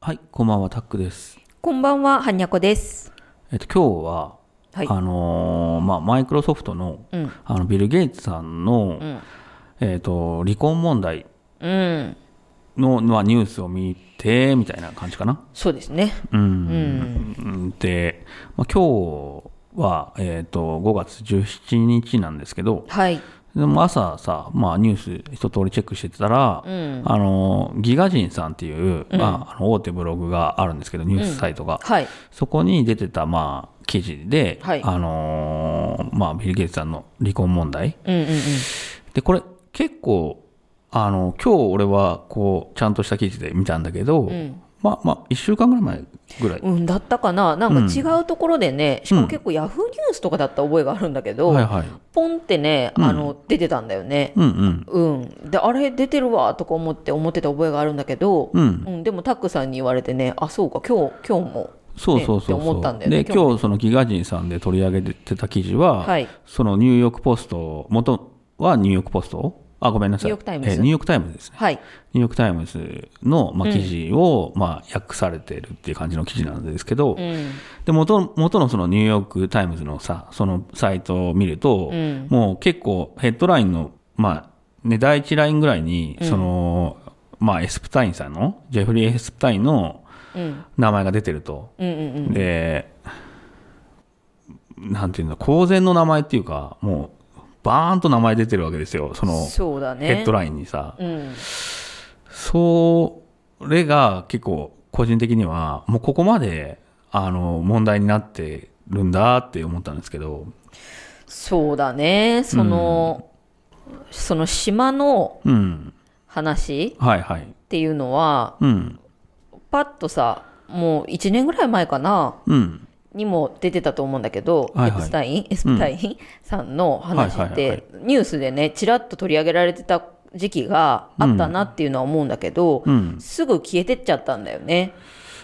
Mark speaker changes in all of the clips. Speaker 1: はい、こんばんは、タックです。
Speaker 2: こんばんは、はんにゃこです。
Speaker 1: えっと、今日は、
Speaker 2: はい
Speaker 1: あのーまあ、マイクロソフトの、
Speaker 2: うん
Speaker 1: あのビル・ゲイツさんの、
Speaker 2: ん
Speaker 1: えっと、離婚問題
Speaker 2: うん、
Speaker 1: の、まあ、ニュースを見て、みたいな感じかな。
Speaker 2: そうですね。
Speaker 1: うん。で、まあ、今日は、えっと、5月17日なんですけど、
Speaker 2: はい。
Speaker 1: でも朝さ、まあ、ニュース一通りチェックしてたら、
Speaker 2: うん
Speaker 1: あのーギガ人さんっていう、まあ、あの大手ブログがあるんですけど、ニュースサイトが。
Speaker 2: はい。
Speaker 1: そこに出てた、まあ、記事で、
Speaker 2: はい
Speaker 1: あのーまあ、ビル・ゲイツさんの離婚問題。
Speaker 2: うんうんうん。
Speaker 1: で、これ、結構、あの、今日俺は、こう、ちゃんとした記事で見たんだけど、まあ、まあ、1週間ぐらい前ぐらい。
Speaker 2: うん、だったかななんか違うところでね、しかも結構ヤフーニュースとかだった覚えがあるんだけど、
Speaker 1: はいはい。
Speaker 2: ポンってね、あの、出てたんだよね。
Speaker 1: うんうん。
Speaker 2: うん。で、あれ出てるわとか思って思ってた覚えがあるんだけど、
Speaker 1: うん
Speaker 2: でもタックさんに言われてね、あ、そうか、今日、今日も。
Speaker 1: そうそうそう
Speaker 2: ねって
Speaker 1: そう。
Speaker 2: 思ったんだよね
Speaker 1: で、今日、そのギガ人さんで取り上げてた記事は、
Speaker 2: はい
Speaker 1: そのニューヨークポスト、元はニューヨークポストあ、ごめんなさい。
Speaker 2: ニューヨークタイムズ
Speaker 1: えニューヨークタイムズですね。
Speaker 2: はい。
Speaker 1: ニューヨーク・タイムズの、まあ、記事を、まあ、訳されてるっていう感じの記事なんですけど、
Speaker 2: うん。
Speaker 1: で元元のそのニューヨーク・タイムズのさそのサイトを見ると、
Speaker 2: うん
Speaker 1: もう結構ヘッドラインの、まあね、第一ラインぐらいに、そのまあ、エスプタインさんのジェフリー・エスプタインの
Speaker 2: うん。
Speaker 1: 名前が出てると、
Speaker 2: うんうんうん。
Speaker 1: でなんていうの公然の名前っていうかもうバーンと名前出てるわけですよその
Speaker 2: そうだね。
Speaker 1: ヘッドラインにさ。
Speaker 2: うん。
Speaker 1: それが結構個人的にはもうここまであの問題になってるんだって思ったんですけど、
Speaker 2: そうだね。その、その島の
Speaker 1: うん、
Speaker 2: 話
Speaker 1: はいはい、
Speaker 2: っていうのは、
Speaker 1: うん、
Speaker 2: パッとさ、もう1年ぐらい前かな、
Speaker 1: うん、
Speaker 2: にも出てたと思うんだけど、
Speaker 1: はい
Speaker 2: エ
Speaker 1: はい
Speaker 2: プスタイン、エスプタイン さんの話っ
Speaker 1: はいはい
Speaker 2: て、ニュースでね、ちらっと取り上げられてた時期があったなっていうのは思うんだけど
Speaker 1: う、ん、
Speaker 2: すぐ消えてっちゃったんだよね。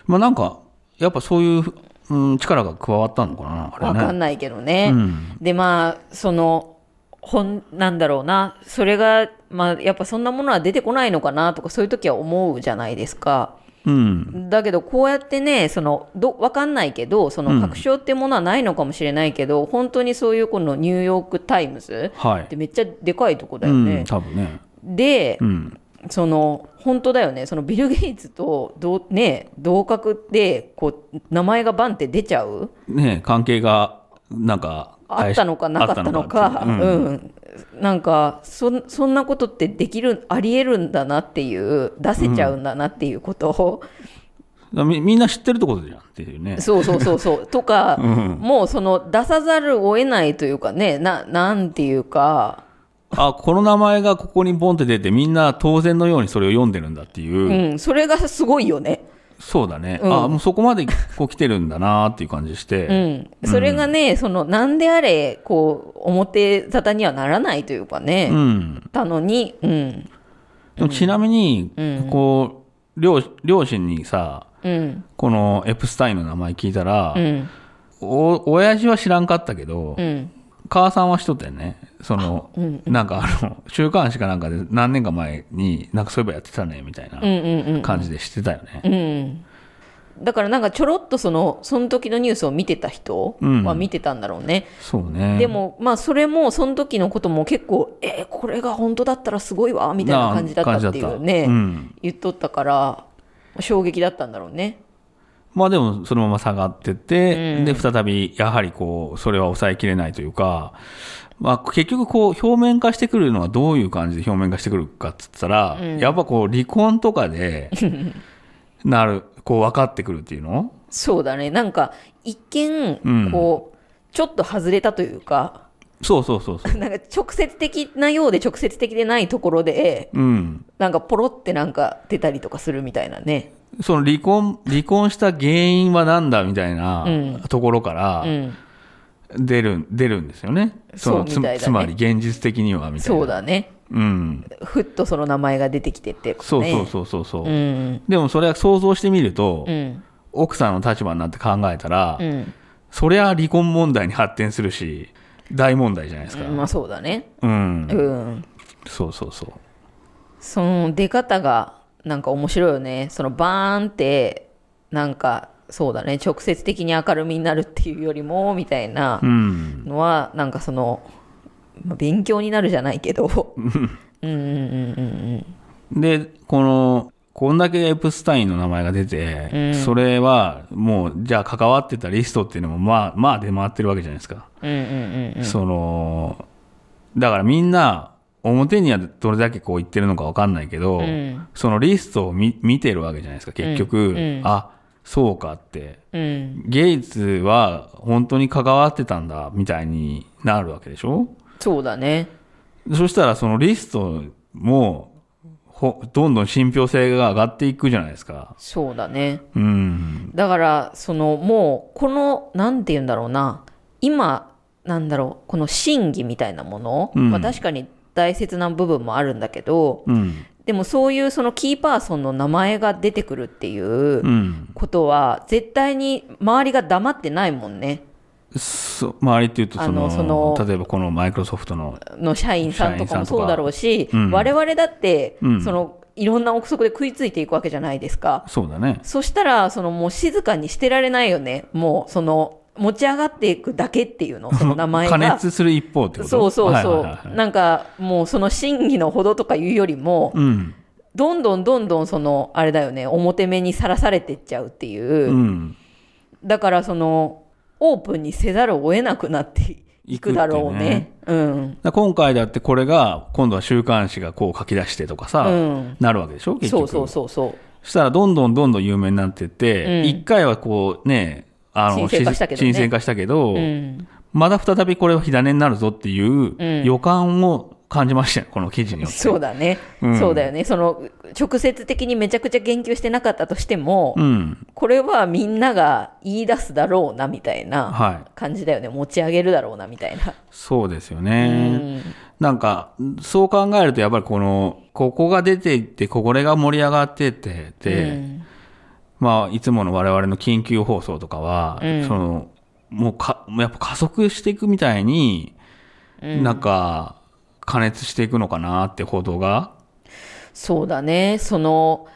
Speaker 1: まあなんかやっぱそういう、うん、力が加わったのかなあれね。
Speaker 2: わかんないけどね。
Speaker 1: うん、
Speaker 2: でまあその本なんだろうなそれがまあやっぱそんなものは出てこないのかなとかそういう時は思うじゃないですか。
Speaker 1: うん、
Speaker 2: だけどこうやってねそのど分かんないけどその確証ってものはないのかもしれないけど、本当にそういうこのニューヨーク・タイムズ
Speaker 1: は
Speaker 2: っ
Speaker 1: い
Speaker 2: て、めっちゃでかいとこだ
Speaker 1: う
Speaker 2: よ
Speaker 1: ん、
Speaker 2: ね。
Speaker 1: 多分ね、
Speaker 2: で、
Speaker 1: うん、
Speaker 2: その本当だよねそのビル・ゲイツと同,、ね、同格でこう名前がバンって出ちゃう。
Speaker 1: ね関係がなんか
Speaker 2: あったのかなかったのか、
Speaker 1: あった
Speaker 2: う
Speaker 1: の
Speaker 2: ん、なんかそん、そんなことってできる、ありえるんだなっていう、出せちゃうんだなっていうことを、
Speaker 1: うんみみんな知ってるってことじゃんっていうね。
Speaker 2: そうそうそう そう、とか、もうその出さざるを得ないというかね、ななんていうか、
Speaker 1: あ、この名前がここにボンって出て、みんな当然のようにそれを読んでるんだっていう。
Speaker 2: うん、それがすごいよね。
Speaker 1: そうだね。
Speaker 2: うん
Speaker 1: あ、もうそこまでこう来てるんだなっていう感じし
Speaker 2: う
Speaker 1: て。
Speaker 2: ん、それがね、そのなんであれ、こう、表沙汰にはならない というか
Speaker 1: うん。
Speaker 2: ね、たのに、うん、
Speaker 1: でもちなみに、こう、両両親にさ、
Speaker 2: うん、
Speaker 1: このエプスタインの名前聞いたら、
Speaker 2: うん、
Speaker 1: お、親父は知らんかったけど、
Speaker 2: うん、
Speaker 1: 母さんはしとったよね。その、なんかあの、週刊誌かなんかで何年か前に、なんかそういえばやってたね、みたいな
Speaker 2: うん、うん、うん。
Speaker 1: 感じでしてたよね。
Speaker 2: うん、だからなんかちょろっとそのその時のニュースを見てた人
Speaker 1: うん
Speaker 2: は見てたんだろうね、
Speaker 1: そうね。
Speaker 2: でもまあそれもその時のことも結構えーこれが本当だったらすごいわみたいな感じだったってい
Speaker 1: な
Speaker 2: う
Speaker 1: 感じだ
Speaker 2: ね、
Speaker 1: ったうん
Speaker 2: 言っとったから衝撃だったんだろうね
Speaker 1: まあでもそのまま下がってって、で、再び、やはりこう、それは抑えきれないというか、まあ結局こう、表面化してくるのはどういう感じで表面化してくるかっつったら、やっぱこう、離婚とか で、なる、こう分かってくるっていうの
Speaker 2: そうだねなんか一
Speaker 1: う
Speaker 2: 見
Speaker 1: ん
Speaker 2: こう、ちょっと外れたというか
Speaker 1: そうそうそうそう。
Speaker 2: なんか直接的なようで直接的でないところで
Speaker 1: うん。
Speaker 2: なんかポロってなんか出たりとかするみたいなね
Speaker 1: その離婚、離婚した原因は何だみたいなところから
Speaker 2: うん
Speaker 1: 出る、出るんですよね。の
Speaker 2: そう
Speaker 1: つ
Speaker 2: みたいだね
Speaker 1: つまり現実的にはみたいな。
Speaker 2: そう。だね
Speaker 1: うん。
Speaker 2: ふっとその名前が出てきてってこと
Speaker 1: そう
Speaker 2: ね
Speaker 1: そうそうそうそう。
Speaker 2: うん
Speaker 1: でもそれは想像してみると、
Speaker 2: うん
Speaker 1: 奥さんの立場になって考えたら、
Speaker 2: うん
Speaker 1: そりゃ離婚問題に発展するし、大問題じゃないですか。
Speaker 2: まあそうだね
Speaker 1: うん。
Speaker 2: うん
Speaker 1: そうそうそう。
Speaker 2: その出方がなんか面白いよねそのバーンってなんかそうだね直接的に明るみになるっていうよりもみたいな
Speaker 1: うん。
Speaker 2: のは、なんかその、まあ勉強になるじゃないけどうんうんうんうん
Speaker 1: で、この、こんだけエプスタインの名前が出て、それはもう、じゃあ関わってたリストっていうのも、まあ、まあ出回ってるわけじゃないですか。
Speaker 2: うんうんうんうん
Speaker 1: その、だからみんな、表にはどれだけこう言ってるのかわかんないけど、
Speaker 2: ん
Speaker 1: そのリストを見見てるわけじゃないですか、結局、
Speaker 2: うんうん
Speaker 1: あ、そうかって。
Speaker 2: うん
Speaker 1: ゲイツは本当に関わってたんだ、みたいになるわけでしょ
Speaker 2: そうだね
Speaker 1: そしたらそのリストも、ほ、どんどん信憑性が上がっていくじゃないですか。
Speaker 2: そうだね
Speaker 1: うん。
Speaker 2: だからそのもうこのなんて言うんだろうな今なんだろうこの真偽みたいなもの、
Speaker 1: うん
Speaker 2: まあ、確かに大切な部分もあるんだけど
Speaker 1: うん。
Speaker 2: でもそういうそのキーパーソンの名前が出てくるっていう
Speaker 1: うん。
Speaker 2: ことは絶対に周りが黙ってないもんね
Speaker 1: そ周りっていうとそ
Speaker 2: あ
Speaker 1: の
Speaker 2: のその
Speaker 1: 例えばこのマイクロソフトの、
Speaker 2: の社員さんとかも
Speaker 1: 社員さんとか
Speaker 2: そうだろうし、
Speaker 1: うん
Speaker 2: 我々だって、
Speaker 1: うん
Speaker 2: そのいろんな憶測で食いついていくわけじゃないですか。
Speaker 1: そうだね。
Speaker 2: そしたら、そのもう静かにしてられないよね。もう、その、持ち上がっていくだけっていうの、その名前 が。
Speaker 1: 加熱する一方ってこと
Speaker 2: そうそ
Speaker 1: は
Speaker 2: う
Speaker 1: いは
Speaker 2: そ。
Speaker 1: いはいう
Speaker 2: なんか、もうその真偽のほどとかいうよりも、
Speaker 1: うん。
Speaker 2: どんどんどんどんその、あれだよね、表目にさらされてっちゃうっていう。
Speaker 1: うん。
Speaker 2: だから、その、オープンにせざるを得なくなっていくだろうね。うん。
Speaker 1: だから今回だってこれが、今度は週刊誌がこう書き出してとかさ、
Speaker 2: うん
Speaker 1: なるわけでしょ結
Speaker 2: そ
Speaker 1: 局。
Speaker 2: うそうそうそう。
Speaker 1: そしたらどんどんどんどん有名になってって、
Speaker 2: うん
Speaker 1: 一、回はこうね、あの、
Speaker 2: 沈静化したけどね
Speaker 1: し沈静化したけど
Speaker 2: うん。
Speaker 1: まだ再びこれは火種になるぞっていう
Speaker 2: うん
Speaker 1: 予感を感じましたよ、この記事によって。
Speaker 2: そうだね、
Speaker 1: うん
Speaker 2: そうだよね。その、直接的にめちゃくちゃ言及してなかったとしても、
Speaker 1: うん。
Speaker 2: これはみんなが言い出すだろうなみたいな
Speaker 1: はい。
Speaker 2: 感じだよね、持ち上げるだろうなみたいな。
Speaker 1: そうですよ
Speaker 2: う
Speaker 1: ね。
Speaker 2: ん
Speaker 1: なんか、そう考えるとやっぱりこの、ここが出ていって、これが盛り上がってって、で、
Speaker 2: うん
Speaker 1: まあ、いつもの我々の緊急放送とかは、
Speaker 2: うん
Speaker 1: その、もうか、やっぱ加速していくみたいに、なんか、加熱していくのかなって報道が。
Speaker 2: そうだね、その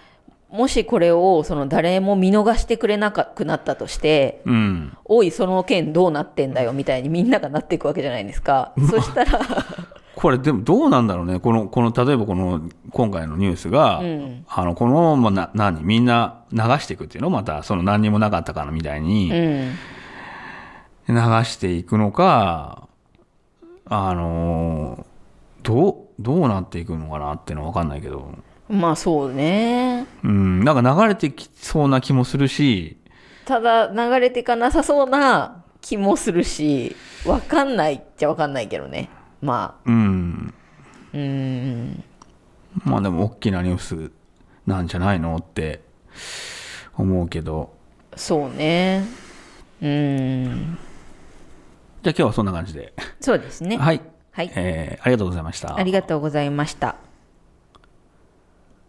Speaker 2: もしこれをその誰も見逃してくれなくなったとして、
Speaker 1: うん。
Speaker 2: おい、その件どうなってんだよみたいにみんながなっていくわけじゃないですか、そしたら、
Speaker 1: これでもどうなんだろうね。この、この、例えばこの、今回のニュースが、
Speaker 2: うん
Speaker 1: あの、この、まあ、な、何、みんな流していくっていうのまた、その何にもなかったからみたいに、
Speaker 2: うん、
Speaker 1: 流していくのか、あのーどう、どうなっていくのかなっていうのはわかんないけど。
Speaker 2: まあそうね、
Speaker 1: うん、なんか流れてきそうな気もするし、
Speaker 2: ただ流れていかなさそうな気もするし、わかんないっちゃわかんないけどね、ま
Speaker 1: うん、
Speaker 2: あ、うん。
Speaker 1: まあでも大きなニュースなんじゃないのって思うけど、
Speaker 2: そうね。うーん。
Speaker 1: じゃあ今日はそんな感じで。
Speaker 2: そうですね。
Speaker 1: はい。
Speaker 2: はい。
Speaker 1: えーありがとうございました。
Speaker 2: ありがとうございました。